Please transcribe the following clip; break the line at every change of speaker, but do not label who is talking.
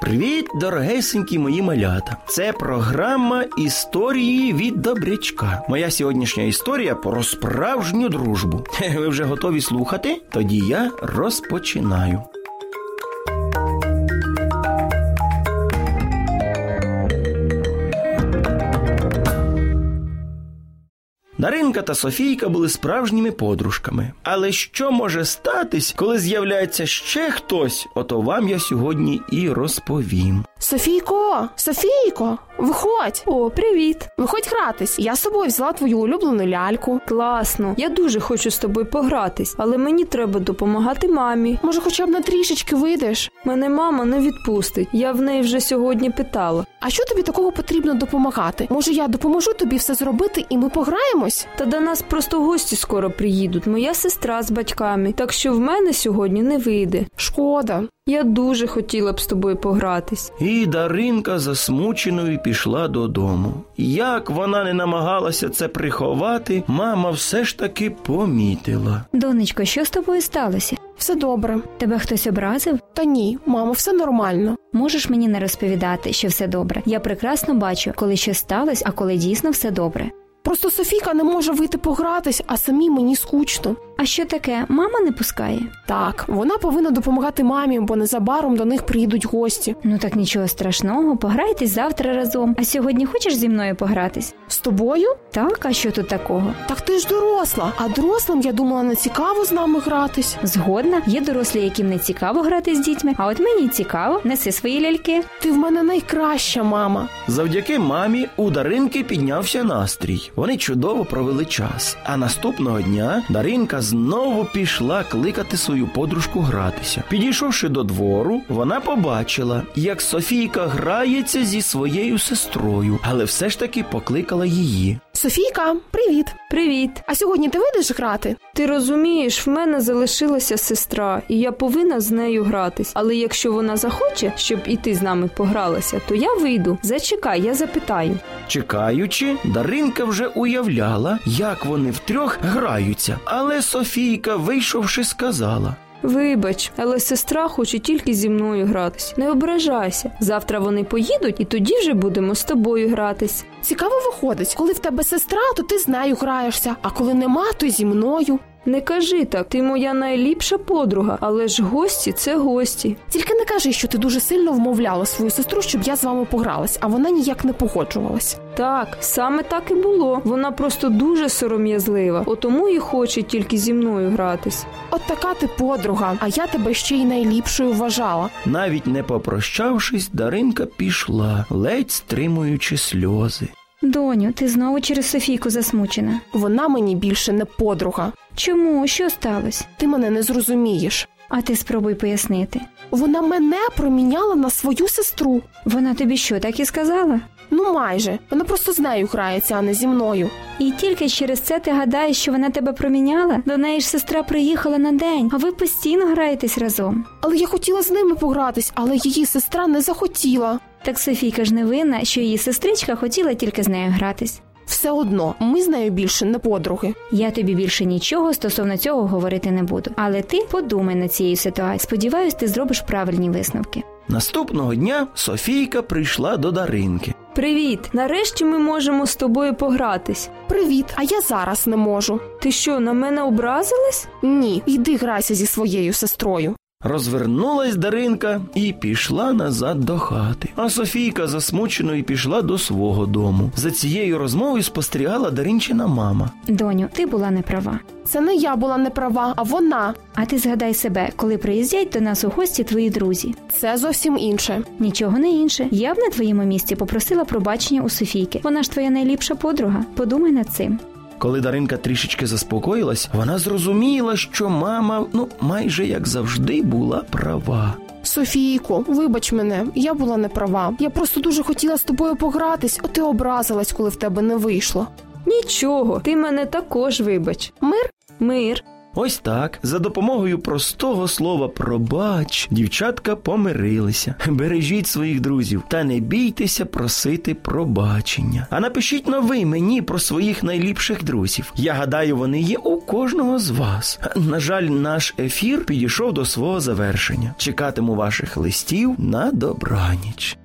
Привіт, дорогесенькі мої малята. Це програма історії від добрячка. Моя сьогоднішня історія про справжню дружбу. Хе, Ви вже готові слухати? Тоді я розпочинаю. Даринка та Софійка були справжніми подружками. Але що може статись, коли з'являється ще хтось? Ото вам я сьогодні і розповім.
Софійко, Софійко, виходь,
О, привіт!
виходь гратись. Я з собою взяла твою улюблену ляльку.
Класно. Я дуже хочу з тобою погратись, але мені треба допомагати мамі.
Може, хоча б на трішечки вийдеш?
Мене мама не відпустить. Я в неї вже сьогодні питала.
А що тобі такого потрібно допомагати? Може, я допоможу тобі все зробити і ми пограємось?
Та до нас просто гості скоро приїдуть, моя сестра з батьками, так що в мене сьогодні не вийде.
Шкода.
Я дуже хотіла б з тобою погратись.
І Даринка засмученою пішла додому. Як вона не намагалася це приховати, мама все ж таки помітила.
Донечко, що з тобою сталося?
Все добре.
Тебе хтось образив?
Та ні, мамо, все нормально.
Можеш мені не розповідати, що все добре. Я прекрасно бачу, коли щось сталося, а коли дійсно все добре.
Просто Софійка не може вийти погратись, а самі мені скучно.
А що таке? Мама не пускає?
Так, вона повинна допомагати мамі, бо незабаром до них приїдуть гості.
Ну так нічого страшного, пограйтесь завтра разом. А сьогодні хочеш зі мною погратись?
З тобою?
Так, а що тут такого?
Так ти ж доросла. А дорослим я думала не цікаво з нами гратись.
Згодна, є дорослі, яким не цікаво грати з дітьми, а от мені цікаво, неси свої ляльки.
Ти в мене найкраща мама.
Завдяки мамі у Даринки піднявся настрій. Вони чудово провели час. А наступного дня Даринка знову пішла кликати свою подружку гратися. Підійшовши до двору, вона побачила, як Софійка грається зі своєю сестрою, але все ж таки покликала її.
Софійка, привіт!
Привіт!
А сьогодні ти вийдеш грати?
Ти розумієш, в мене залишилася сестра, і я повинна з нею гратись. Але якщо вона захоче, щоб і ти з нами погралася, то я вийду. Зачекай, я запитаю.
Чекаючи, Даринка вже уявляла, як вони втрьох граються. Але Софійка, вийшовши, сказала.
Вибач, але сестра хоче тільки зі мною гратись. Не ображайся. Завтра вони поїдуть, і тоді вже будемо з тобою гратись.
Цікаво виходить, коли в тебе сестра, то ти з нею граєшся, а коли нема, то зі мною.
Не кажи так, ти моя найліпша подруга, але ж гості це гості.
Тільки не кажи, що ти дуже сильно вмовляла свою сестру, щоб я з вами погралась, а вона ніяк не погоджувалась.
Так, саме так і було. Вона просто дуже сором'язлива, отому і хоче тільки зі мною гратись.
От така ти подруга, а я тебе ще й найліпшою вважала.
Навіть не попрощавшись, Даринка пішла, ледь стримуючи сльози.
Доню, ти знову через Софійку засмучена.
Вона мені більше не подруга.
Чому? Що сталося?
Ти мене не зрозумієш.
А ти спробуй пояснити.
Вона мене проміняла на свою сестру.
Вона тобі що, так і сказала?
Ну майже. Вона просто з нею грається, а не зі мною.
І тільки через це ти гадаєш, що вона тебе проміняла? До неї ж сестра приїхала на день, а ви постійно граєтесь разом.
Але я хотіла з ними погратись, але її сестра не захотіла.
Так Софійка ж не винна, що її сестричка хотіла тільки з нею гратись.
Все одно, ми з нею більше не подруги.
Я тобі більше нічого стосовно цього говорити не буду. Але ти подумай над цією ситуацією. Сподіваюсь, ти зробиш правильні висновки.
Наступного дня Софійка прийшла до Даринки.
Привіт! Нарешті ми можемо з тобою погратись.
Привіт, а я зараз не можу.
Ти що, на мене образилась?
Ні, йди грайся зі своєю сестрою.
Розвернулась Даринка і пішла назад до хати. А Софійка засмучено і пішла до свого дому. За цією розмовою спостерігала Даринчина мама.
Доню, ти була не права.
Це не я була не права, а вона.
А ти згадай себе, коли приїздять до нас у гості твої друзі.
Це зовсім інше.
Нічого не інше. Я б на твоєму місці попросила пробачення у Софійки. Вона ж твоя найліпша подруга. Подумай над цим.
Коли Даринка трішечки заспокоїлась, вона зрозуміла, що мама, ну майже як завжди, була права.
Софійко, вибач мене, я була не права. Я просто дуже хотіла з тобою погратись, а ти образилась, коли в тебе не вийшло.
Нічого, ти мене також вибач.
Мир,
Мир.
Ось так, за допомогою простого слова пробач, дівчатка помирилися. Бережіть своїх друзів та не бійтеся просити пробачення. А напишіть новий мені про своїх найліпших друзів. Я гадаю, вони є у кожного з вас. На жаль, наш ефір підійшов до свого завершення. Чекатиму ваших листів на добраніч.